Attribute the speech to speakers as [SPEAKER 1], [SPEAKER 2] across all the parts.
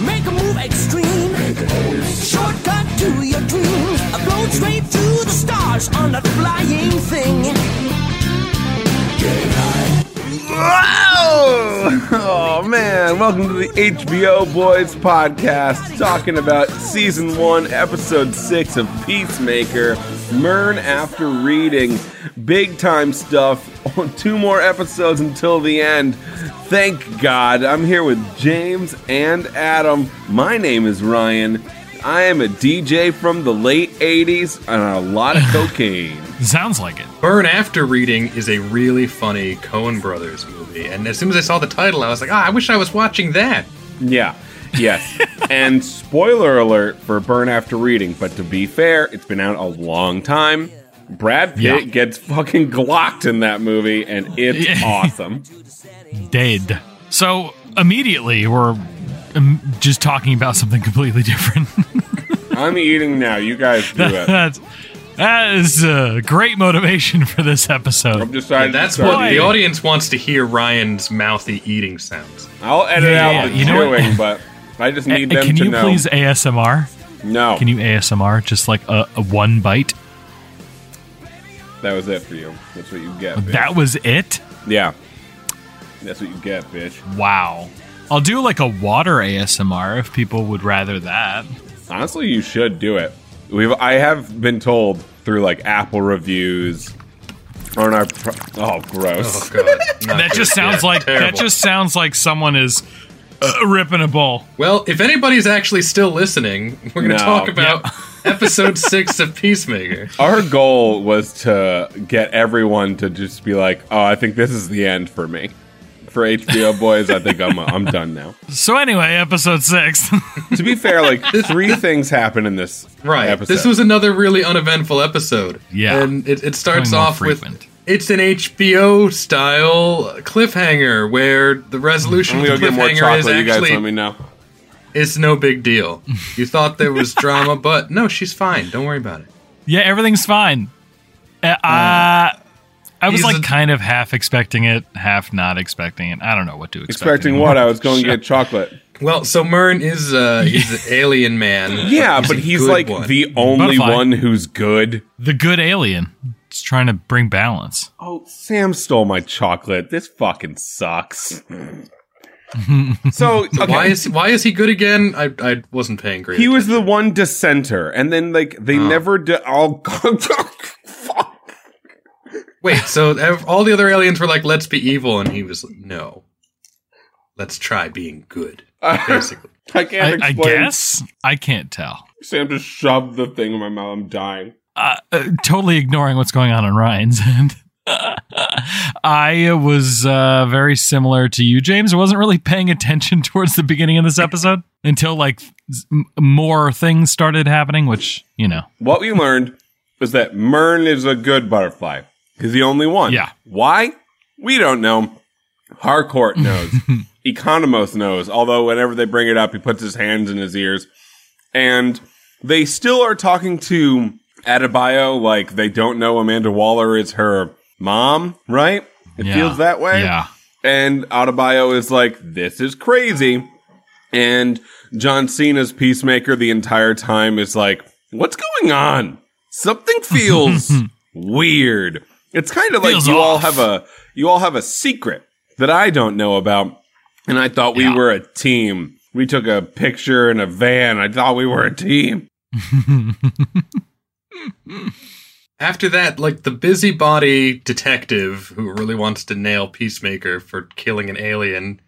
[SPEAKER 1] Make a move extreme. Shortcut to your dreams. A road straight through the stars on a flying thing.
[SPEAKER 2] Oh man, welcome to the HBO Boys podcast, talking about season one, episode six of Peacemaker. Mern after reading. Big time stuff. Two more episodes until the end. Thank God. I'm here with James and Adam. My name is Ryan. I am a DJ from the late 80s and a lot of cocaine.
[SPEAKER 3] Sounds like it.
[SPEAKER 4] Burn After Reading is a really funny Coen Brothers movie, and as soon as I saw the title, I was like, ah, I wish I was watching that.
[SPEAKER 2] Yeah. Yes. and spoiler alert for Burn After Reading, but to be fair, it's been out a long time. Brad Pitt
[SPEAKER 3] Yeah.
[SPEAKER 2] gets fucking glocked in that movie, and it's
[SPEAKER 3] Yeah.
[SPEAKER 2] awesome.
[SPEAKER 3] Dead. So immediately we're um, just talking about something completely different.
[SPEAKER 2] I'm eating now. You guys do it.
[SPEAKER 3] That's that is uh, great motivation for this
[SPEAKER 2] I'm
[SPEAKER 3] episode.
[SPEAKER 2] deciding.
[SPEAKER 4] That's
[SPEAKER 2] to start
[SPEAKER 4] what the
[SPEAKER 2] eating.
[SPEAKER 4] audience wants to hear Ryan's mouthy eating sounds.
[SPEAKER 2] I'll edit
[SPEAKER 3] Yeah,
[SPEAKER 2] out
[SPEAKER 3] yeah,
[SPEAKER 2] the
[SPEAKER 3] you know what?
[SPEAKER 2] chewing, but I just need
[SPEAKER 3] A-
[SPEAKER 2] them
[SPEAKER 3] can
[SPEAKER 2] to
[SPEAKER 3] you
[SPEAKER 2] know.
[SPEAKER 3] please ASMR?
[SPEAKER 2] no,
[SPEAKER 3] Can you ASMR just like a, a one bite?
[SPEAKER 2] that was it for you. That's what you get. Bitch.
[SPEAKER 3] That was it.
[SPEAKER 2] yeah, that's what you get, bitch.
[SPEAKER 3] Wow. I'll do like a water ASMR if people would rather that.
[SPEAKER 2] Honestly, you should do it. We've I have been told through like Apple reviews on our pro- oh
[SPEAKER 4] Oh
[SPEAKER 2] gross.
[SPEAKER 4] god, not
[SPEAKER 3] That
[SPEAKER 4] good.
[SPEAKER 3] just sounds
[SPEAKER 4] Yeah,
[SPEAKER 3] like that
[SPEAKER 4] terrible.
[SPEAKER 3] just sounds like someone is uh, ripping a bowl.
[SPEAKER 4] Well, if anybody's actually still listening, we're going
[SPEAKER 2] No.
[SPEAKER 4] to talk about episode six of Peacemaker.
[SPEAKER 2] Our goal was to get everyone to just be like, "Oh, I think this is the end for me." For HBO boys, I think I'm I'm done now.
[SPEAKER 3] So anyway, episode six.
[SPEAKER 2] To be fair, like three things happen in this
[SPEAKER 4] Right.
[SPEAKER 2] episode.
[SPEAKER 4] This was another really uneventful episode.
[SPEAKER 3] Yeah.
[SPEAKER 4] And it, it starts
[SPEAKER 3] Becoming more
[SPEAKER 4] off with
[SPEAKER 3] frequent.
[SPEAKER 4] it's an HBO style cliffhanger where the resolution
[SPEAKER 2] I'm
[SPEAKER 4] of
[SPEAKER 2] gonna
[SPEAKER 4] the
[SPEAKER 2] go get more
[SPEAKER 4] cliffhanger is
[SPEAKER 2] chocolate. You guys
[SPEAKER 4] actually
[SPEAKER 2] let me know.
[SPEAKER 4] it's no big deal. You thought there was drama, but no, she's fine. Don't worry about it.
[SPEAKER 3] Yeah, everything's fine. Uh, I, I was
[SPEAKER 4] He's
[SPEAKER 3] like
[SPEAKER 4] a-
[SPEAKER 3] kind of half expecting it, half not expecting it. I don't know what to expect.
[SPEAKER 2] Expecting
[SPEAKER 3] anymore.
[SPEAKER 2] what? I was going to get chocolate.
[SPEAKER 4] Well, so Mern is uh he's an alien man.
[SPEAKER 2] Yeah, but
[SPEAKER 4] a
[SPEAKER 2] he's
[SPEAKER 4] good
[SPEAKER 2] like
[SPEAKER 4] one.
[SPEAKER 2] the only
[SPEAKER 3] Butterfly.
[SPEAKER 2] one who's good.
[SPEAKER 3] the good alien. It's trying to bring balance.
[SPEAKER 2] Oh, Sam stole my chocolate. This fucking sucks. so okay,
[SPEAKER 4] Why is why is he good again? I I wasn't paying great.
[SPEAKER 2] he was the one dissenter, and then like they
[SPEAKER 3] Oh.
[SPEAKER 2] never did. All fuck.
[SPEAKER 4] Wait, so ev- all the other aliens were like, "Let's be evil," and he was like, "No, let's try being good." Basically,
[SPEAKER 2] I can't
[SPEAKER 3] I, I
[SPEAKER 2] explain.
[SPEAKER 3] guess I can't tell.
[SPEAKER 2] Sam just shoved the thing in my mouth. I'm dying.
[SPEAKER 3] uh, uh, totally ignoring what's going on on Ryan's end. I was uh, very similar to you, James. I wasn't really paying attention towards the beginning of this episode until like s- m- more things started happening, which you know,
[SPEAKER 2] What we learned was that Mern is a good butterfly. He's the only one.
[SPEAKER 3] Yeah.
[SPEAKER 2] Why? We don't know. Harcourt knows. Economos knows. Although whenever they bring it up, he puts his hands in his ears. And they still are talking to Adebayo like they don't know Amanda Waller is her mom, right? It
[SPEAKER 3] Yeah.
[SPEAKER 2] feels that way.
[SPEAKER 3] Yeah.
[SPEAKER 2] And Autobio is like, this is crazy. And John Cena's Peacemaker the entire time is like, what's going on? Something feels weird. It's kind of like
[SPEAKER 3] Feels
[SPEAKER 2] you all
[SPEAKER 3] off.
[SPEAKER 2] have a you all have a secret that I don't know about. And I thought we
[SPEAKER 3] Yeah.
[SPEAKER 2] were a team. We took a picture in a van. I thought we were a team.
[SPEAKER 4] After that, like the busybody detective who really wants to nail Peacemaker for killing an alien.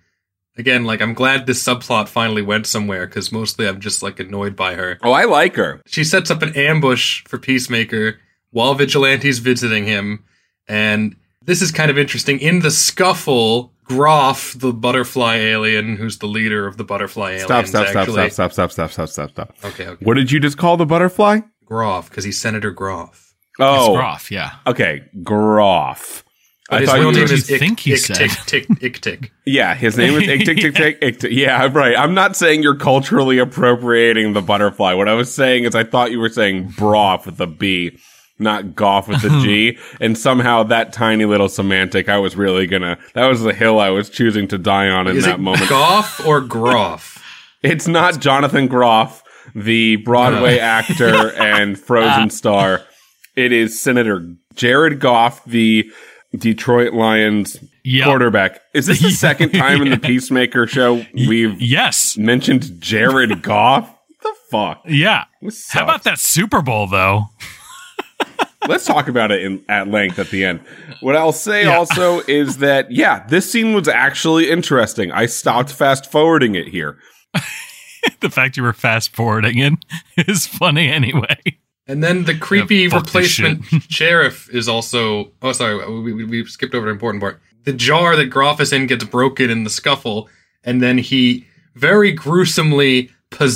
[SPEAKER 4] Again, like I'm glad this subplot finally went somewhere because mostly I'm just like annoyed by her.
[SPEAKER 2] Oh, I like her.
[SPEAKER 4] She sets up an ambush for Peacemaker while Vigilante's visiting him. And this is kind of interesting. In the scuffle, Groff, the butterfly alien, who's the leader of the butterfly aliens,
[SPEAKER 2] Stop, stop, stop,
[SPEAKER 4] actually.
[SPEAKER 2] stop, stop, stop, stop, stop, stop, stop.
[SPEAKER 4] Okay, okay.
[SPEAKER 2] What did you just call the butterfly?
[SPEAKER 4] Groff, because he's Senator Groff.
[SPEAKER 3] It's
[SPEAKER 2] Oh,
[SPEAKER 3] Groff, yeah.
[SPEAKER 2] Okay, Groff.
[SPEAKER 4] But
[SPEAKER 2] I
[SPEAKER 4] his
[SPEAKER 2] thought
[SPEAKER 4] real
[SPEAKER 2] you
[SPEAKER 4] name
[SPEAKER 2] were-
[SPEAKER 3] do you
[SPEAKER 4] is Ick,
[SPEAKER 3] think he
[SPEAKER 4] Ick,
[SPEAKER 3] said?
[SPEAKER 4] Tick, Tick, Ick, Tick.
[SPEAKER 2] yeah, his name is Ick Tick Tick Tick Ick Tick. Yeah, right. I'm not saying you're culturally appropriating the butterfly. What I was saying is I thought you were saying broth with a B, not goff with a G. and somehow that tiny little semantic, I was really gonna, that was the hill I was choosing to die on in
[SPEAKER 4] Is
[SPEAKER 2] that
[SPEAKER 4] it
[SPEAKER 2] moment.
[SPEAKER 4] Goff or Groff?
[SPEAKER 2] It's not Jonathan Groff, the Broadway actor and Frozen star. It is Senator Jared Goff, the Detroit Lions
[SPEAKER 3] Yep.
[SPEAKER 2] quarterback. Is this the second time in the Peacemaker show we've
[SPEAKER 3] Yes.
[SPEAKER 2] mentioned Jared Goff? the fuck?
[SPEAKER 3] Yeah.
[SPEAKER 2] This
[SPEAKER 3] How
[SPEAKER 2] sucks.
[SPEAKER 3] about that Super Bowl though?
[SPEAKER 2] Let's talk about it in, at length at the end. What I'll say also is that, yeah, this scene was actually interesting. I stopped fast forwarding it here.
[SPEAKER 3] the fact you were fast forwarding it is funny anyway.
[SPEAKER 4] And then the creepy
[SPEAKER 3] fuck this
[SPEAKER 4] replacement sheriff is also. Oh, sorry, we, we, we skipped over an important part. The jar that Groff is in gets broken in the scuffle, and then he very gruesomely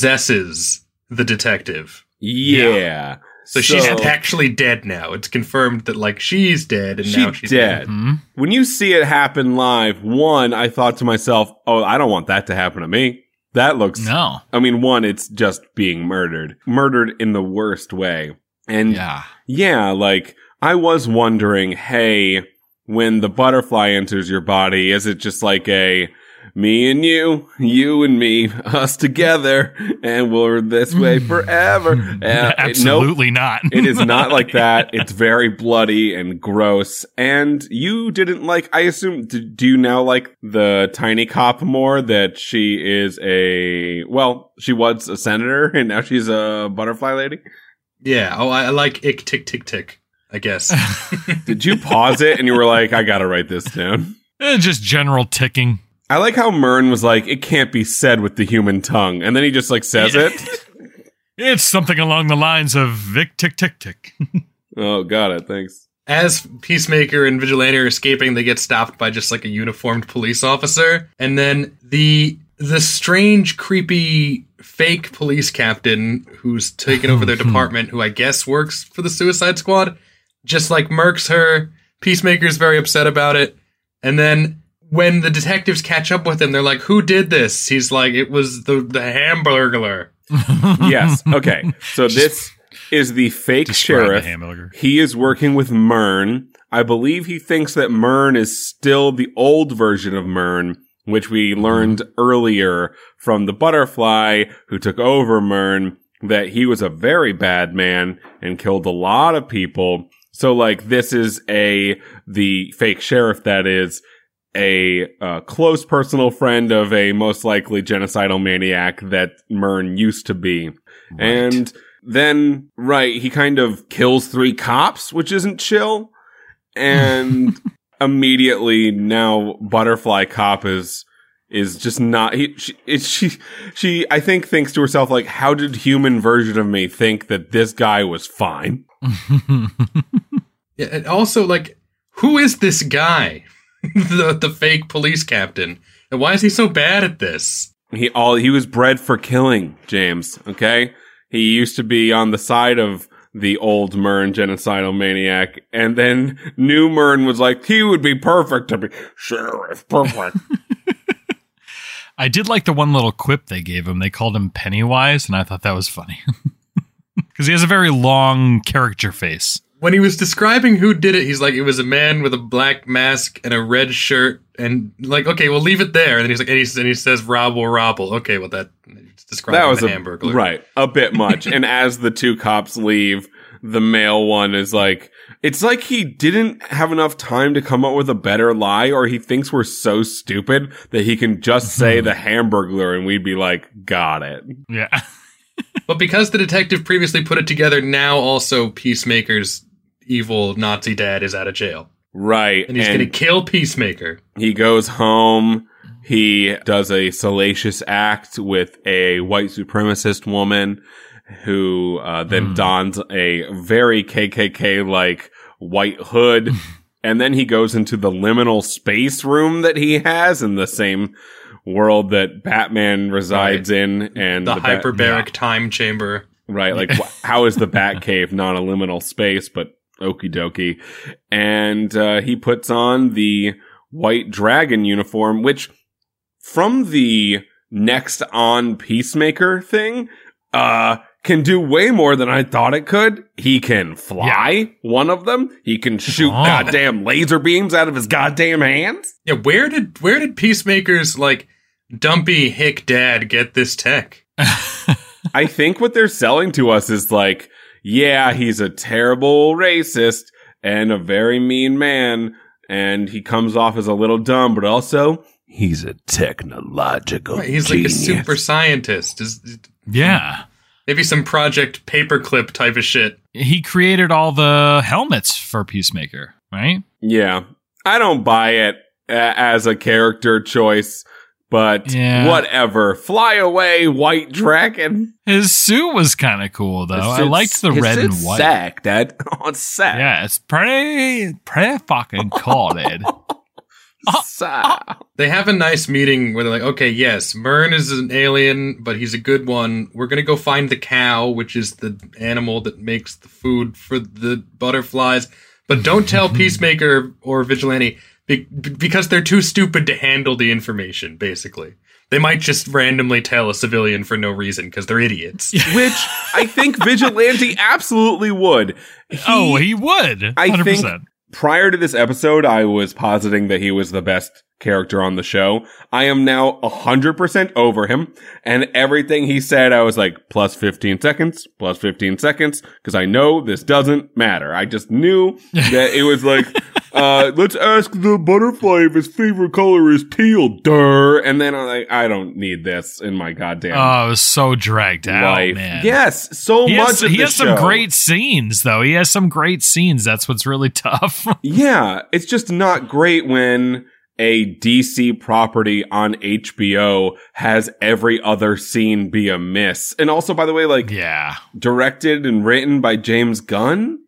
[SPEAKER 4] possesses the detective.
[SPEAKER 2] Yeah.
[SPEAKER 4] So, she's actually dead now. It's confirmed that like she's dead, and now
[SPEAKER 2] she
[SPEAKER 4] she's
[SPEAKER 2] dead. When you see it happen live, one, I thought to myself, "Oh, I don't want that to happen to me." That looks
[SPEAKER 3] No.
[SPEAKER 2] I mean, one, it's just being murdered, murdered in the worst way, and yeah,
[SPEAKER 3] Yeah.
[SPEAKER 2] like I was wondering, hey, when the butterfly enters your body, is it just like a me and you, you and me, us together, and we're this way forever? Uh, it- nope.
[SPEAKER 3] Absolutely not.
[SPEAKER 2] It is not like that. It's very bloody and gross. And you didn't like, I assume, do, do you now like the tiny cop more that she is a, well, she was a senator and now she's a butterfly lady?
[SPEAKER 4] Yeah. Oh, I, I like ick tick tick tick. I guess.
[SPEAKER 2] Did you pause it and you were like, I gotta write this down?
[SPEAKER 3] Eh, just general ticking.
[SPEAKER 2] I like how Mern was like, it can't be said with the human tongue. And then he just like says it.
[SPEAKER 3] It's something along the lines of Vic tick tick tick.
[SPEAKER 2] oh, got it. Thanks.
[SPEAKER 4] as Peacemaker and Vigilante are escaping, they get stopped by just like a uniformed police officer, and then the the strange, creepy, fake police captain who's taken over their department, who I guess works for the Suicide Squad, just like murks her. Peacemaker's very upset about it, and then when the detectives catch up with him, they're like, "Who did this?" He's like, "It was the the Hamburglar."
[SPEAKER 2] Yes. Okay. So this is the fake
[SPEAKER 3] Describe the
[SPEAKER 2] sheriff.
[SPEAKER 3] hamburger.
[SPEAKER 2] He is working with Mern. I believe he thinks that Mern is still the old version of Mern, which we learned earlier from the butterfly who took over Mern, that he was a very bad man and killed a lot of people. So like this is a, the fake sheriff that is a uh, close personal friend of a most likely genocidal maniac that Mern used to be. And then, right, he kind of kills three cops, which isn't chill. And immediately now Butterfly Cop is is just not he she, it, she she I think thinks to herself like how did human version of me think that this guy was fine?
[SPEAKER 4] Yeah, and also like, who is this guy, the the fake police captain, and why is he so bad at this?
[SPEAKER 2] He all he was bred for killing, James. Okay, he used to be on the side of the old Mern genocidal maniac, and then new Mern was like he would be perfect to be sheriff, perfect.
[SPEAKER 3] I did like the one little quip they gave him. They called him Pennywise, and I thought that was funny. Because he has a very long caricature face.
[SPEAKER 4] when he was describing who did it, he's like, it was a man with a black mask and a red shirt, and like, okay, we'll leave it there. And then he's like, and he, and he says, "Robble, robble." Okay, well that describes
[SPEAKER 2] that was
[SPEAKER 4] a
[SPEAKER 2] a
[SPEAKER 4] hamburger,
[SPEAKER 2] right a bit much. and as the two cops leave, the male one is like, it's like he didn't have enough time to come up with a better lie, or he thinks we're so stupid that he can just say
[SPEAKER 4] Mm-hmm.
[SPEAKER 2] the Hamburglar, and we'd be like, got it.
[SPEAKER 3] Yeah.
[SPEAKER 4] But because the detective previously put it together, now also Peacemaker's evil Nazi dad is out of jail,
[SPEAKER 2] Right.
[SPEAKER 4] and he's going to kill Peacemaker.
[SPEAKER 2] He goes home. He does a salacious act with a white supremacist woman who uh, then dons a very KKK like white hood. and then he goes into the liminal space room that he has in the same world that Batman resides in. And
[SPEAKER 4] The,
[SPEAKER 2] Bat-
[SPEAKER 4] hyperbaric time chamber.
[SPEAKER 2] Right. Like, wh- how is the Batcave not a liminal space, but okie dokie? And uh, he puts on the white dragon uniform, which from the next on Peacemaker thing, uh, can do way more than I thought it could. He can fly, one of them. He can shoot
[SPEAKER 3] Oh.
[SPEAKER 2] goddamn laser beams out of his goddamn hands.
[SPEAKER 4] Yeah, where did where did Peacemaker's like dumpy hick dad get this tech?
[SPEAKER 2] I think what they're selling to us is like, yeah, he's a terrible racist and a very mean man, and he comes off as a little dumb, but also he's a technological.
[SPEAKER 4] Right, he's like a
[SPEAKER 2] genius.
[SPEAKER 4] super scientist. Is
[SPEAKER 3] Yeah.
[SPEAKER 4] maybe some project paperclip type of shit.
[SPEAKER 3] He created all the helmets for Peacemaker, right?
[SPEAKER 2] Yeah, I don't buy it a- as a character choice, but
[SPEAKER 3] Yeah.
[SPEAKER 2] whatever. Fly away, white dragon.
[SPEAKER 3] His suit was kind of cool, though. Oh, I
[SPEAKER 2] It's-
[SPEAKER 3] liked the
[SPEAKER 2] it's-
[SPEAKER 3] red and
[SPEAKER 2] it's
[SPEAKER 3] white.
[SPEAKER 2] Sack, Dad. Oh, it's sack.
[SPEAKER 3] Yeah, it's pretty, pretty fucking cool, dude.
[SPEAKER 2] Oh, Sack.
[SPEAKER 4] They have a nice meeting where they're like, okay, yes, Mern is an alien, but he's a good one. We're gonna go find the cow, which is the animal that makes the food for the butterflies. But don't tell Peacemaker or Vigilante be- be- because they're too stupid to handle the information. Basically, they might just randomly tell a civilian for no reason because they're idiots.
[SPEAKER 2] Which I think Vigilante absolutely would.
[SPEAKER 3] oh, he would. 100%.
[SPEAKER 2] I think prior to this episode, I was positing that he was the best character on the show. I am now 100% over him. And everything he said, I was like, plus 15 seconds, plus 15 seconds, because I know this doesn't matter. I just knew that it was like, uh, let's ask the butterfly if his favorite color is teal, durr. And then I'm like, I don't need this in my goddamn
[SPEAKER 3] Oh, it was so dragged out,
[SPEAKER 2] life.
[SPEAKER 3] man.
[SPEAKER 2] Yes, so
[SPEAKER 3] He
[SPEAKER 2] much
[SPEAKER 3] has,
[SPEAKER 2] of
[SPEAKER 3] he
[SPEAKER 2] this
[SPEAKER 3] has some
[SPEAKER 2] show-
[SPEAKER 3] great scenes, though. He has some great scenes. That's what's really tough.
[SPEAKER 2] Yeah, it's just not great when a DC property on HBO has every other scene be a miss. And also, by the way, like
[SPEAKER 3] yeah.
[SPEAKER 2] directed and written by James Gunn.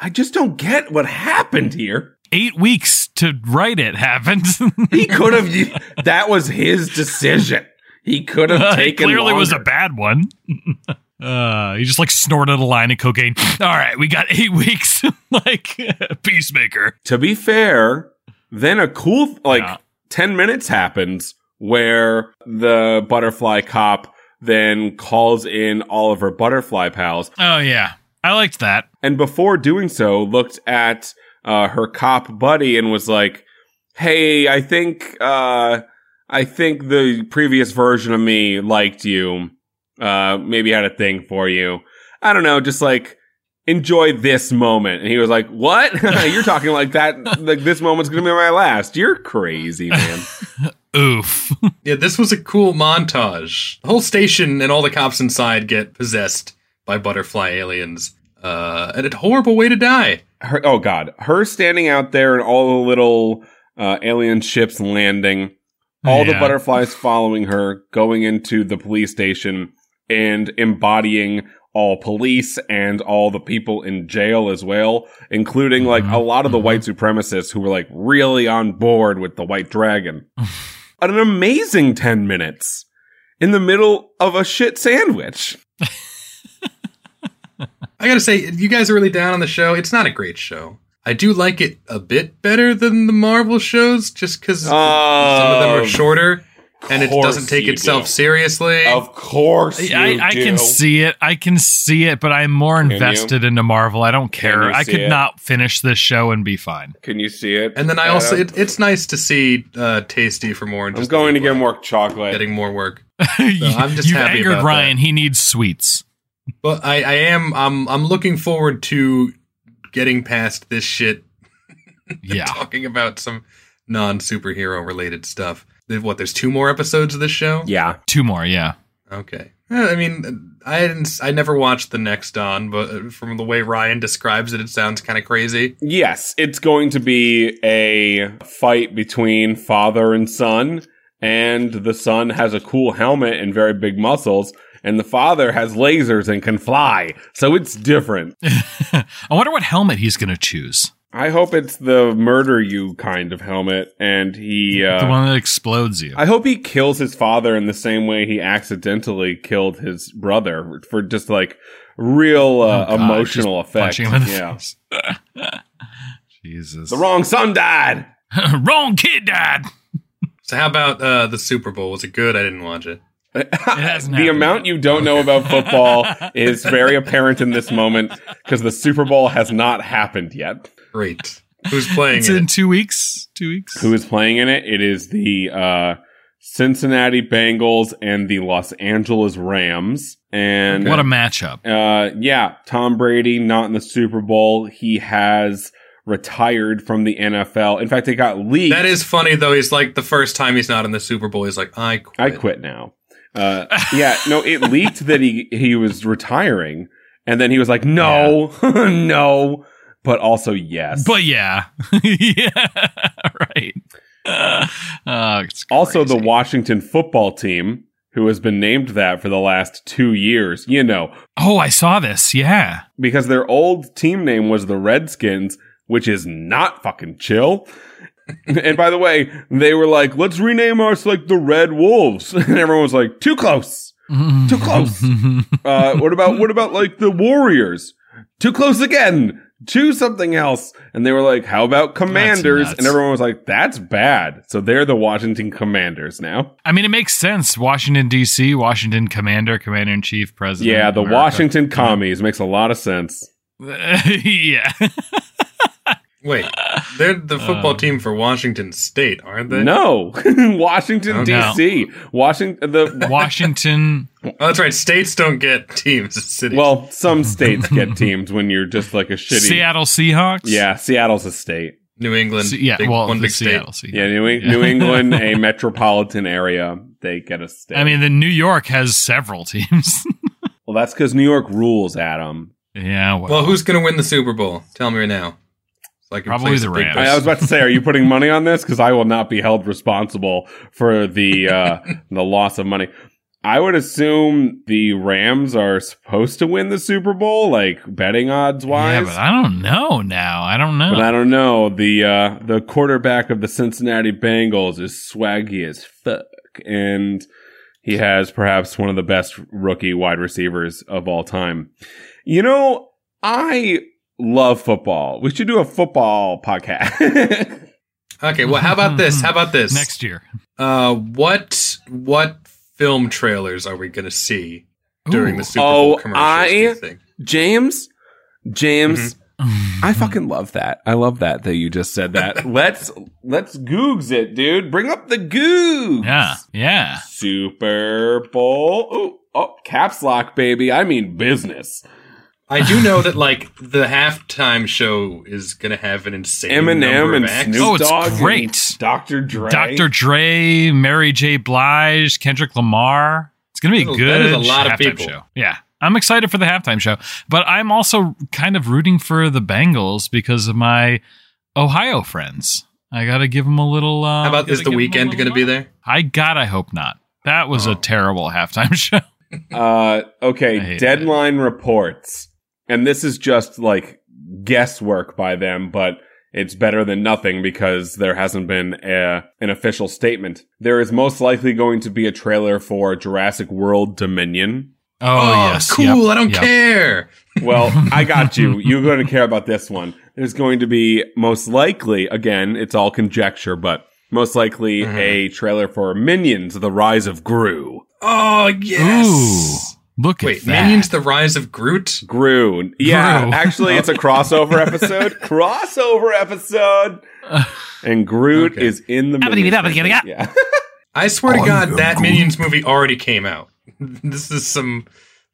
[SPEAKER 2] I just don't get what happened here.
[SPEAKER 3] Eight weeks to write it happened.
[SPEAKER 2] He could have. u- that was his decision. He could have
[SPEAKER 3] it
[SPEAKER 2] taken.
[SPEAKER 3] clearly was a
[SPEAKER 2] longer.
[SPEAKER 3] bad one. uh, he just like snorted a line of cocaine. All right, we got eight weeks. like peacemaker.
[SPEAKER 2] to be fair, then a cool like
[SPEAKER 3] Yeah.
[SPEAKER 2] 10 minutes happens where the butterfly cop then calls in all of her butterfly pals
[SPEAKER 3] Oh yeah, I liked that.
[SPEAKER 2] and before doing so looked at uh, her cop buddy and was like hey i think uh, i think the previous version of me liked you uh, maybe had a thing for you i don't know just like enjoy this moment and he was like what you're talking like that like this moment's gonna be my last you're crazy man
[SPEAKER 3] Oof.
[SPEAKER 4] Yeah, this was a cool montage. The whole station and all the cops inside get possessed by butterfly aliens. Uh, and a horrible way to die.
[SPEAKER 2] her, oh god, her standing out there and all the little uh, alien ships landing, all the
[SPEAKER 3] Yeah.
[SPEAKER 2] butterflies following her, going into the police station and embodying all police and all the people in jail as well, including like
[SPEAKER 3] Mm-hmm.
[SPEAKER 2] a lot of the white supremacists who were like really on board with the white dragon. An amazing 10 minutes in the middle of a shit sandwich.
[SPEAKER 4] I gotta say, you guys are really down on the show. It's not a great show. I do like it a bit better than the Marvel shows, just because some of them
[SPEAKER 2] Oh.
[SPEAKER 4] are shorter and it
[SPEAKER 5] Um, course
[SPEAKER 4] doesn't take
[SPEAKER 5] you
[SPEAKER 4] itself
[SPEAKER 5] do.
[SPEAKER 4] seriously.
[SPEAKER 5] Of course, you
[SPEAKER 3] I, I
[SPEAKER 5] do.
[SPEAKER 3] can see it. I can see it, but I'm more invested into Marvel. I don't care.
[SPEAKER 5] you
[SPEAKER 3] I
[SPEAKER 5] see
[SPEAKER 3] could
[SPEAKER 5] it?
[SPEAKER 3] not finish this show and be fine.
[SPEAKER 2] Can you see it?
[SPEAKER 4] and then I
[SPEAKER 2] Adam?
[SPEAKER 4] also it, it's nice to see uh, Tasty from Orange.
[SPEAKER 5] I'm
[SPEAKER 4] is the
[SPEAKER 5] going to
[SPEAKER 4] New
[SPEAKER 5] get
[SPEAKER 4] Black
[SPEAKER 5] more chocolate.
[SPEAKER 4] getting more work.
[SPEAKER 3] you,
[SPEAKER 4] I'm just
[SPEAKER 3] you've
[SPEAKER 4] happy
[SPEAKER 3] angered
[SPEAKER 4] about
[SPEAKER 3] Ryan. He needs sweets.
[SPEAKER 4] But I, I am I'm I'm looking forward to getting past this shit
[SPEAKER 3] Yeah.
[SPEAKER 4] talking about some non superhero related stuff. There- What? There's two more episodes of this show.
[SPEAKER 2] Yeah.
[SPEAKER 3] Two more. Yeah.
[SPEAKER 4] Okay. Eh, I mean, I didn't. s- I never watched the next on, but uh, from the way Ryan describes it, it sounds kind of crazy.
[SPEAKER 2] Yes, it's going to be a fight between father and son, and the son has a cool helmet and very big muscles, and the father has lasers and can fly. So it's different.
[SPEAKER 3] I wonder what helmet he's going to choose.
[SPEAKER 2] I hope it's the murder you kind of helmet, and he. Uh,
[SPEAKER 3] The one that explodes you.
[SPEAKER 2] I hope he kills his father in the same way he accidentally killed his brother for just like real uh,
[SPEAKER 3] Oh, God,
[SPEAKER 2] emotional
[SPEAKER 3] just
[SPEAKER 2] effect.
[SPEAKER 3] punching him in the
[SPEAKER 2] yeah.
[SPEAKER 3] face. Jesus.
[SPEAKER 2] The wrong son died.
[SPEAKER 3] Wrong kid died.
[SPEAKER 4] So, how about uh, the Super Bowl? Was it good? I didn't watch it.
[SPEAKER 3] hasn't
[SPEAKER 2] the
[SPEAKER 3] happened
[SPEAKER 2] amount you don't know about football is very apparent in this moment because the Super Bowl has not happened yet.
[SPEAKER 4] Great. Who's playing
[SPEAKER 3] It's
[SPEAKER 4] it?
[SPEAKER 3] in two weeks. Two weeks.
[SPEAKER 2] Who is playing in it? It is the uh, Cincinnati Bengals and the Los Angeles Rams. And
[SPEAKER 3] What a matchup.
[SPEAKER 2] uh, yeah, Tom Brady not in the Super Bowl. He has retired from the NFL. In fact, it got leaked.
[SPEAKER 4] that is funny though. He's like the first time he's not in the Super Bowl. He's like, I quit.
[SPEAKER 2] I quit now. Uh, yeah, no, it leaked that he he was retiring, and then he was like, no, no, but also yes.
[SPEAKER 3] But yeah. yeah. Right. Uh, uh, it's
[SPEAKER 2] also, the
[SPEAKER 3] crazy.
[SPEAKER 2] Washington football team, who has been named that for the last two years, you know,
[SPEAKER 3] Oh, I saw this. Yeah.
[SPEAKER 2] because their old team name was the Redskins, which is not fucking chill. and by the way, they were like, let's rename us like the Red Wolves, and everyone was like, too close. Too close. uh, what about what about like the Warriors? Too close again. To something else. And they were like, how about Commanders?
[SPEAKER 3] nuts.
[SPEAKER 2] And everyone was like, that's bad. So they're the Washington Commanders now.
[SPEAKER 3] I mean, it makes sense. Washington D.C., Washington Commander, Commander in Chief, President.
[SPEAKER 2] yeah, the
[SPEAKER 3] America.
[SPEAKER 2] Washington commies makes a lot of sense.
[SPEAKER 3] yeah.
[SPEAKER 4] Wait, they're the
[SPEAKER 3] Uh.
[SPEAKER 4] football team for Washington State, aren't they?
[SPEAKER 2] no. Washington,
[SPEAKER 4] Oh,
[SPEAKER 3] no.
[SPEAKER 2] D.C. Washington, the,
[SPEAKER 3] Washington.
[SPEAKER 4] Oh, that's right. States don't get teams. It's cities.
[SPEAKER 2] well, some states get teams when you're just like a shitty.
[SPEAKER 3] Seattle Seahawks.
[SPEAKER 2] Yeah, Seattle's a state.
[SPEAKER 4] New England.
[SPEAKER 3] Se- yeah.
[SPEAKER 4] big-
[SPEAKER 3] well,
[SPEAKER 4] one
[SPEAKER 3] the
[SPEAKER 4] big state.
[SPEAKER 3] Seattle Seahawks.
[SPEAKER 2] Yeah, New, Eng- New England, a metropolitan area, they get a state.
[SPEAKER 3] I mean, the New York has several teams.
[SPEAKER 2] well, that's because New York rules, Adam.
[SPEAKER 3] yeah. Well,
[SPEAKER 4] Well, who's going to win the Super Bowl? Tell me right now. So I can
[SPEAKER 3] Probably
[SPEAKER 4] place
[SPEAKER 3] the
[SPEAKER 4] a big
[SPEAKER 3] Rams.
[SPEAKER 2] I, I was about to say, are you putting money on this? Because I will not be held responsible for the uh, the loss of money. I would assume the Rams are supposed to win the Super Bowl, like betting odds
[SPEAKER 3] yeah,
[SPEAKER 2] wise.
[SPEAKER 3] but I don't know now. I don't know.
[SPEAKER 2] but I don't know. The uh, the quarterback of the Cincinnati Bengals is swaggy as fuck, and he has perhaps one of the best rookie wide receivers of all time. You know, I love football. We should do a football podcast.
[SPEAKER 4] Okay, well, how about this? How about this?
[SPEAKER 3] Next year.
[SPEAKER 4] Uh, what what film trailers are we going to see during
[SPEAKER 3] Ooh.
[SPEAKER 4] the Super
[SPEAKER 2] Oh,
[SPEAKER 4] Bowl commercials? do you
[SPEAKER 2] I-
[SPEAKER 4] think?
[SPEAKER 2] James, James, I fucking love that. I love that that you just said that. let's let's googs it, dude. Bring up the googs.
[SPEAKER 3] Yeah. Yeah.
[SPEAKER 2] Super Bowl. Ooh, oh, caps lock, baby. I mean business.
[SPEAKER 4] I do know that like the halftime show is going to have an insane number
[SPEAKER 2] Eminem
[SPEAKER 4] of
[SPEAKER 2] and
[SPEAKER 4] acts.
[SPEAKER 2] Snoop
[SPEAKER 3] Oh, it's
[SPEAKER 2] Dogg and
[SPEAKER 3] great.
[SPEAKER 2] Dr. Dre.
[SPEAKER 3] Dr. Dre, Mary J. Blige, Kendrick Lamar. It's going to be
[SPEAKER 4] That is-
[SPEAKER 3] good.
[SPEAKER 4] that is a lot of
[SPEAKER 3] halftime
[SPEAKER 4] people.
[SPEAKER 3] Show. Yeah. I'm excited for the halftime show, but I'm also kind of rooting for the Bengals because of my Ohio friends. I got to give them a little. Uh,
[SPEAKER 4] How about
[SPEAKER 3] gotta
[SPEAKER 4] is the
[SPEAKER 3] give 'em a
[SPEAKER 4] weekend
[SPEAKER 3] little
[SPEAKER 4] going to be
[SPEAKER 3] love.
[SPEAKER 4] there?
[SPEAKER 3] I God, I hope not. That was a terrible halftime show.
[SPEAKER 2] Uh,
[SPEAKER 3] I
[SPEAKER 2] okay,
[SPEAKER 3] hate
[SPEAKER 2] deadline reports. And this is just like guesswork by them, but it's better than nothing because there hasn't been a, an official statement. There is most likely going to be a trailer for Jurassic World Dominion.
[SPEAKER 3] Oh, yes,
[SPEAKER 4] cool!
[SPEAKER 3] Yep,
[SPEAKER 4] I don't
[SPEAKER 3] yep.
[SPEAKER 4] care.
[SPEAKER 2] Well, I got you. You're going to care about this one. There's going to be most likely, again, it's all conjecture, but most likely
[SPEAKER 3] Mm-hmm.
[SPEAKER 2] a trailer for Minions: The Rise of Gru.
[SPEAKER 4] Oh yes.
[SPEAKER 3] Ooh, look at
[SPEAKER 4] Wait,
[SPEAKER 3] that.
[SPEAKER 4] Minions: The Rise of Groot.
[SPEAKER 2] Gru. Yeah,
[SPEAKER 3] Gru.
[SPEAKER 2] actually, it's a crossover episode. crossover episode. And Groot
[SPEAKER 4] Okay.
[SPEAKER 2] is in the. Minions movie. Yeah. Oh,
[SPEAKER 4] I swear
[SPEAKER 3] Oh,
[SPEAKER 4] to God, that Minions movie already came out. this is some.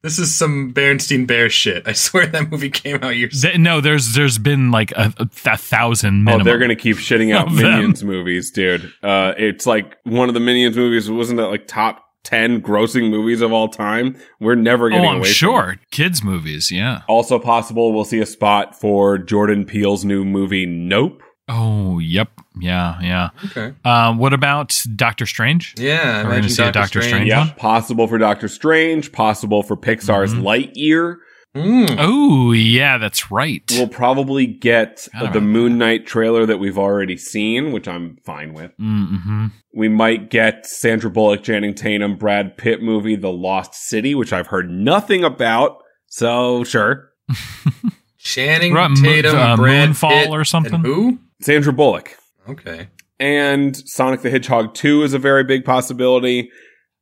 [SPEAKER 4] This is some Bernstein Bear shit. I swear that movie came out years.
[SPEAKER 3] Th- no, there's there's been like a, a, th- a thousand minimum.
[SPEAKER 2] Oh, they're gonna keep shitting out
[SPEAKER 3] Of them.
[SPEAKER 2] Minions movies, dude. Uh, it's like one of the Minions movies wasn't that like top ten grossing movies of all time. We're never
[SPEAKER 3] Oh,
[SPEAKER 2] getting
[SPEAKER 3] I'm
[SPEAKER 2] away. from it.
[SPEAKER 3] sure. Kids movies, yeah.
[SPEAKER 2] Also possible, we'll see a spot for Jordan Peele's new movie, Nope.
[SPEAKER 3] Oh, yep, yeah, yeah.
[SPEAKER 4] Okay.
[SPEAKER 3] Uh, what about Doctor Strange?
[SPEAKER 4] Yeah,
[SPEAKER 3] We're gonna
[SPEAKER 4] imagine
[SPEAKER 3] see a Doctor Strange. Yeah.
[SPEAKER 2] Possible for Doctor Strange. Possible for Pixar's Lightyear.
[SPEAKER 4] Mm.
[SPEAKER 3] Oh, yeah, that's right.
[SPEAKER 2] We'll probably get
[SPEAKER 3] Forgot
[SPEAKER 2] the
[SPEAKER 3] about
[SPEAKER 2] Moon Knight trailer that we've already seen, which I'm fine with.
[SPEAKER 3] mm-hmm.
[SPEAKER 2] We might get Sandra Bullock, Channing Tatum, Brad Pitt movie, The Lost City, which I've heard nothing about. So sure,
[SPEAKER 4] Channing
[SPEAKER 3] Right, Mo-
[SPEAKER 4] Tatum,
[SPEAKER 3] uh,
[SPEAKER 4] Brad
[SPEAKER 3] Moonfall
[SPEAKER 4] Pitt,
[SPEAKER 3] or something?
[SPEAKER 4] and who?
[SPEAKER 2] Sandra Bullock.
[SPEAKER 4] Okay.
[SPEAKER 2] and Sonic the Hedgehog 2 is a very big possibility,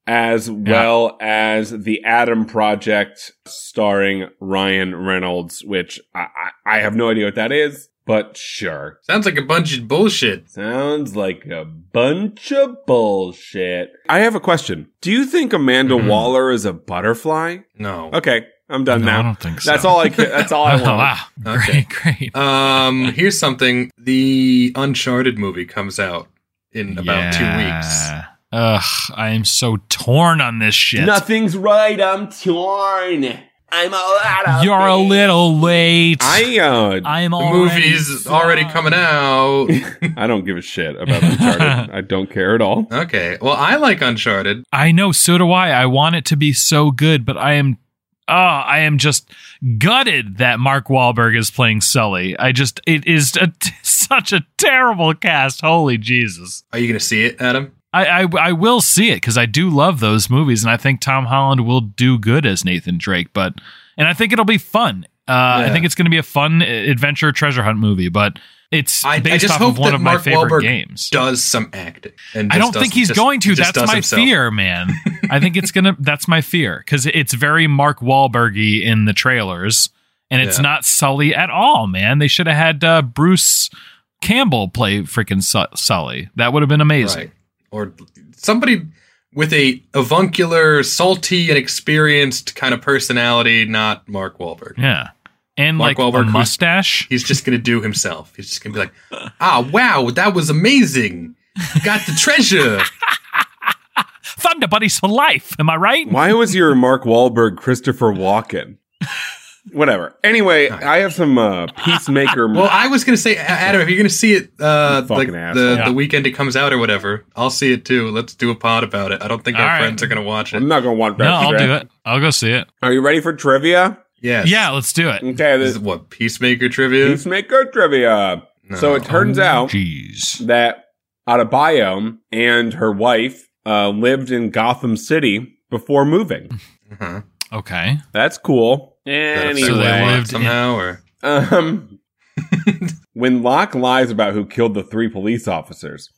[SPEAKER 2] as well as the Atom Project starring Ryan Reynolds, which I, I, I have no idea what that is, but sure.
[SPEAKER 4] Sounds like a bunch of bullshit.
[SPEAKER 2] Sounds like a bunch of bullshit. I have a question. Do you think Amanda
[SPEAKER 3] Mhm.
[SPEAKER 2] Waller is a butterfly?
[SPEAKER 4] No.
[SPEAKER 2] Okay, I'm done
[SPEAKER 3] No,
[SPEAKER 2] now.
[SPEAKER 3] I don't think so.
[SPEAKER 2] That's all I. ca- That's all I
[SPEAKER 3] Oh,
[SPEAKER 2] want.
[SPEAKER 3] wow.
[SPEAKER 4] Okay.
[SPEAKER 3] Great, great.
[SPEAKER 4] Um, here's something. The Uncharted movie comes out in about two weeks.
[SPEAKER 3] Yeah. Ugh, I am so torn on this shit.
[SPEAKER 2] Nothing's right. I'm torn. I'm all out of.
[SPEAKER 3] You're a
[SPEAKER 2] it.
[SPEAKER 3] little late.
[SPEAKER 2] I uh,
[SPEAKER 3] I'm
[SPEAKER 4] The
[SPEAKER 3] already
[SPEAKER 4] movie's
[SPEAKER 3] sorry.
[SPEAKER 4] already coming out.
[SPEAKER 2] I don't give a shit about Uncharted. I don't care at all.
[SPEAKER 4] okay. Well, I like Uncharted.
[SPEAKER 3] I know, so do I. I want it to be so good, but I am oh, I am just gutted that Mark Wahlberg is playing Sully. I just it is a, such a terrible cast. Holy Jesus.
[SPEAKER 4] Are you going to see it, Adam?
[SPEAKER 3] I, I, I will see it because I do love those movies, and I think Tom Holland will do good as Nathan Drake. But and I think it'll be fun. Uh, I
[SPEAKER 4] Yeah.
[SPEAKER 3] think it's going to be a fun uh, adventure treasure hunt movie. But it's
[SPEAKER 4] I, I
[SPEAKER 3] based
[SPEAKER 4] just
[SPEAKER 3] off
[SPEAKER 4] hope
[SPEAKER 3] of one
[SPEAKER 4] that
[SPEAKER 3] of my
[SPEAKER 4] Mark
[SPEAKER 3] favorite
[SPEAKER 4] Wahlberg
[SPEAKER 3] games.
[SPEAKER 4] does some acting. And
[SPEAKER 3] I
[SPEAKER 4] just
[SPEAKER 3] don't think
[SPEAKER 4] doesn't-
[SPEAKER 3] he's
[SPEAKER 4] just-
[SPEAKER 3] going to.
[SPEAKER 4] just
[SPEAKER 3] That's
[SPEAKER 4] does
[SPEAKER 3] my
[SPEAKER 4] himself.
[SPEAKER 3] fear, man. I think it's gonna. That's my fear because it's very Mark Wahlbergy in the trailers, and it's
[SPEAKER 4] Yeah.
[SPEAKER 3] not Sully at all, man. They should have had uh, Bruce Campbell play freaking Su- Sully. That would have been amazing.
[SPEAKER 4] Right. Or somebody with a avuncular, salty, and experienced kind of personality, not Mark Wahlberg.
[SPEAKER 3] Yeah, and
[SPEAKER 4] Mark
[SPEAKER 3] like
[SPEAKER 4] Wahlberg,
[SPEAKER 3] a
[SPEAKER 4] who's-
[SPEAKER 3] mustache.
[SPEAKER 4] He's just going to do himself. He's just going to be like, ah, wow, that was amazing. Got the treasure.
[SPEAKER 3] Thunder buddies for life. Am I right?
[SPEAKER 2] Why was your Mark Wahlberg Christopher Walken? Whatever. Anyway, I have some uh, peacemaker.
[SPEAKER 4] Well, I was going to say, A- Adam, if you're going to see it uh,
[SPEAKER 2] Fucking
[SPEAKER 4] like
[SPEAKER 2] asshole.
[SPEAKER 4] the,
[SPEAKER 3] Yeah.
[SPEAKER 4] the weekend it comes out or whatever, I'll see it too. Let's do a pod about it. I don't think
[SPEAKER 3] All
[SPEAKER 4] our
[SPEAKER 3] right.
[SPEAKER 4] friends are going to watch
[SPEAKER 2] I'm
[SPEAKER 4] it.
[SPEAKER 2] not gonna want
[SPEAKER 3] No,
[SPEAKER 2] that.
[SPEAKER 3] I'll
[SPEAKER 2] shit.
[SPEAKER 3] do it. I'll go see it.
[SPEAKER 2] Are you ready for trivia?
[SPEAKER 4] Yes.
[SPEAKER 3] Yeah, let's do it.
[SPEAKER 2] Okay,
[SPEAKER 4] This is
[SPEAKER 2] this
[SPEAKER 4] what, Peacemaker trivia?
[SPEAKER 2] peacemaker trivia. So it turns
[SPEAKER 3] Oh,
[SPEAKER 2] out
[SPEAKER 3] Jeez.
[SPEAKER 2] that Adebayo and her wife uh, lived in Gotham City before moving.
[SPEAKER 4] Uh-huh.
[SPEAKER 3] Okay.
[SPEAKER 2] That's cool.
[SPEAKER 4] That
[SPEAKER 2] Anyway,
[SPEAKER 4] affects
[SPEAKER 3] So they
[SPEAKER 4] their life
[SPEAKER 3] lived in-
[SPEAKER 4] somehow, or
[SPEAKER 2] Um, when Locke lies about who killed the three police officers,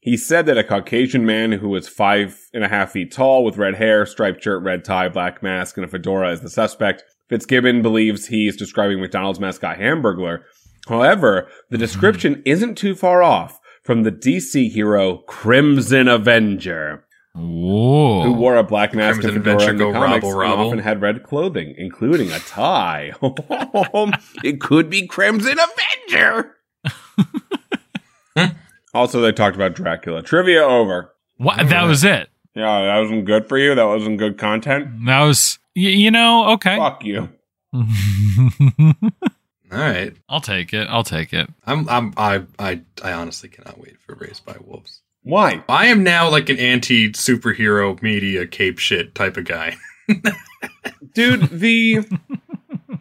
[SPEAKER 2] he said that a Caucasian man who was five and a half feet tall with red hair, striped shirt, red tie, black mask, and a fedora is the suspect. Fitzgibbon believes he's describing McDonald's mascot Hamburglar. However, the description isn't too far off from the DC hero Crimson Avenger,
[SPEAKER 3] Whoa.
[SPEAKER 2] who wore a black mask
[SPEAKER 4] Crimson
[SPEAKER 2] and fedora
[SPEAKER 4] Avenger
[SPEAKER 2] in the
[SPEAKER 4] go
[SPEAKER 2] comics
[SPEAKER 4] robble,
[SPEAKER 2] and
[SPEAKER 4] robble.
[SPEAKER 2] often had red clothing, including a tie. it could be Crimson Avenger. also, they talked about Dracula. Trivia over.
[SPEAKER 3] What? That was it.
[SPEAKER 2] Yeah, that wasn't good for you. That wasn't good content.
[SPEAKER 3] That was. Y- you know. Okay.
[SPEAKER 2] Fuck you.
[SPEAKER 4] all right.
[SPEAKER 3] I'll take it. I'll take it.
[SPEAKER 4] I'm, I'm, I, I, I honestly cannot wait for Raised by Wolves.
[SPEAKER 2] Why?
[SPEAKER 4] I am now like an anti superhero media cape shit type of guy.
[SPEAKER 2] Dude, the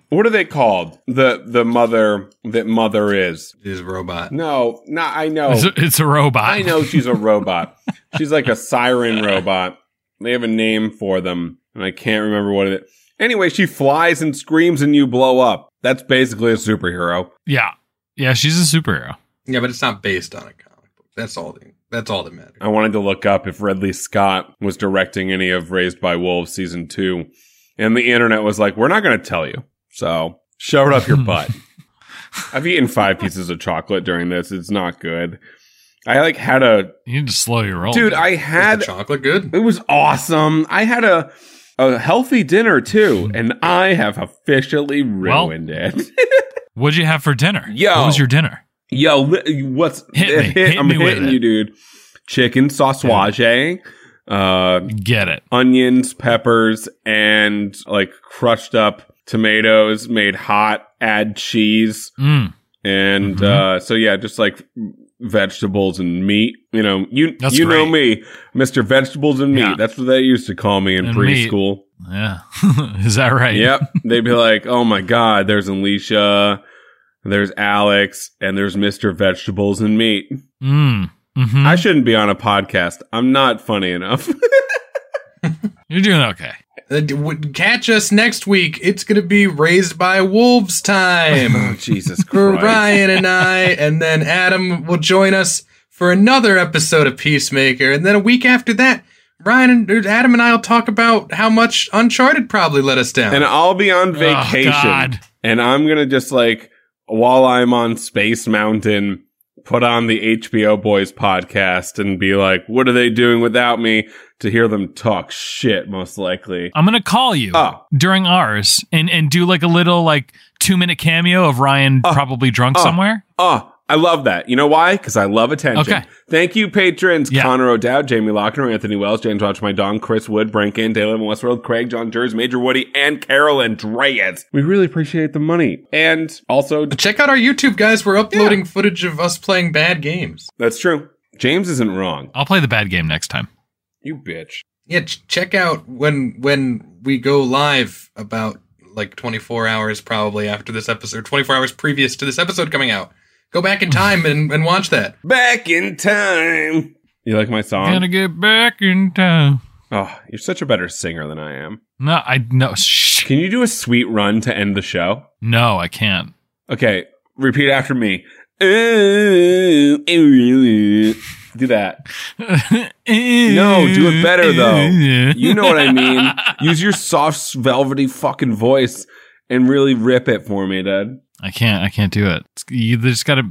[SPEAKER 2] what are they called? The the mother that mother is.
[SPEAKER 4] He's a robot.
[SPEAKER 2] No, not I know.
[SPEAKER 3] It's, a, it's a robot.
[SPEAKER 2] Oh. I know she's a robot. she's like a siren robot. They have a name for them, and I can't remember what it. Anyway, she flies and screams, and you blow up. That's basically a superhero.
[SPEAKER 3] Yeah. Yeah. She's a superhero.
[SPEAKER 4] Yeah, but it's not based on a comic book. That's all. The, That's all that matters.
[SPEAKER 2] I wanted to look up if Redley Scott was directing any of Raised by Wolves season two, and the internet was like, "We're not going to tell you." So shove it up your butt. I've eaten five pieces of chocolate during this. It's not good. I like had a
[SPEAKER 3] You need to slow your roll.
[SPEAKER 2] dude. I
[SPEAKER 4] Is
[SPEAKER 2] had
[SPEAKER 4] the chocolate good?
[SPEAKER 2] it was awesome. I had a a healthy dinner too, and I have officially
[SPEAKER 3] Well-
[SPEAKER 2] ruined it.
[SPEAKER 3] What'd you have for dinner?
[SPEAKER 2] Yo.
[SPEAKER 3] What was your dinner?
[SPEAKER 2] Yo, li- what's
[SPEAKER 3] Hit me. Hit
[SPEAKER 2] I'm
[SPEAKER 3] me with
[SPEAKER 2] hitting
[SPEAKER 3] it.
[SPEAKER 2] you, dude. Chicken sausage, eh? uh,
[SPEAKER 3] Get it.
[SPEAKER 2] onions, peppers, and like crushed up tomatoes made hot. Add cheese,
[SPEAKER 3] Mm.
[SPEAKER 2] and uh, so yeah, just like vegetables and meat. You know, you
[SPEAKER 3] That's
[SPEAKER 2] you know
[SPEAKER 3] great.
[SPEAKER 2] me, Mister Vegetables and Meat.
[SPEAKER 3] Yeah.
[SPEAKER 2] That's what they used to call me in
[SPEAKER 3] And meat.
[SPEAKER 2] preschool.
[SPEAKER 3] Yeah. Is that right?
[SPEAKER 2] Yep. They'd be like, oh my God, there's Alicia, there's Alex, and there's Mr. Vegetables and Meat.
[SPEAKER 3] Mm. hmm
[SPEAKER 2] I shouldn't be on a podcast. I'm not funny enough.
[SPEAKER 3] You're doing okay.
[SPEAKER 4] Uh, d- w- catch us next week. It's going to be Raised by Wolves time
[SPEAKER 2] Oh, Jesus
[SPEAKER 4] for
[SPEAKER 2] Christ.
[SPEAKER 4] Ryan and I. And then Adam will join us for another episode of Peacemaker. And then a week after that, Ryan and or Adam and I will talk about how much Uncharted probably let us down.
[SPEAKER 2] And I'll be on vacation.
[SPEAKER 3] God.
[SPEAKER 2] and I'm going to just like, while I'm on Space Mountain, put on the HBO Boys podcast and be like, what are they doing without me? To hear them talk shit, most likely.
[SPEAKER 3] I'm gonna call you
[SPEAKER 2] Oh.
[SPEAKER 3] during ours and and do like a little like two minute cameo of Ryan probably drunk somewhere.
[SPEAKER 2] Oh, I love that. You know why? Because I love attention.
[SPEAKER 3] Okay.
[SPEAKER 2] Thank you, patrons.
[SPEAKER 3] Yeah.
[SPEAKER 2] Connor O'Dowd, Jamie Lochner, Anthony Wells, James Watch My Dong, Chris Wood, Brinkin, Dale and Westworld, Craig, John Jers, Major Woody, and Carol Andreas. We really appreciate the money. And also,
[SPEAKER 4] Check out our YouTube, guys. We're uploading footage of us playing bad games.
[SPEAKER 2] that's true. James isn't wrong.
[SPEAKER 3] I'll play the bad game next time.
[SPEAKER 2] You bitch.
[SPEAKER 4] Yeah, ch- check out when when we go live about like 24 hours probably after this episode, 24 hours previous to this episode coming out. Go back in time and, and watch that.
[SPEAKER 2] Back in time. You like my song?
[SPEAKER 3] Gonna get back in time.
[SPEAKER 2] oh, you're such a better singer than I am.
[SPEAKER 3] No, I no shh.
[SPEAKER 2] Can you do a sweet run to end the show?
[SPEAKER 3] No, I can't.
[SPEAKER 2] Okay, repeat after me. Do that. No, do it better though. You know what I mean. Use your soft, velvety fucking voice and really rip it for me, Dad.
[SPEAKER 3] I can't. I can't do it. It's- You just gotta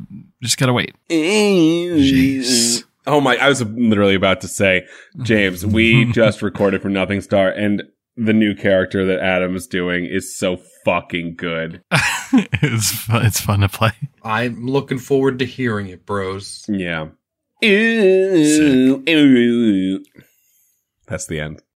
[SPEAKER 3] just gotta wait. Jeez.
[SPEAKER 2] Oh my! I was literally about to say, James, we just recorded for Nothing Star, and the new character that Adam is doing is so fucking good.
[SPEAKER 3] it's fun, it's fun to play.
[SPEAKER 4] I'm looking forward to hearing it, bros.
[SPEAKER 2] Yeah. That's the end.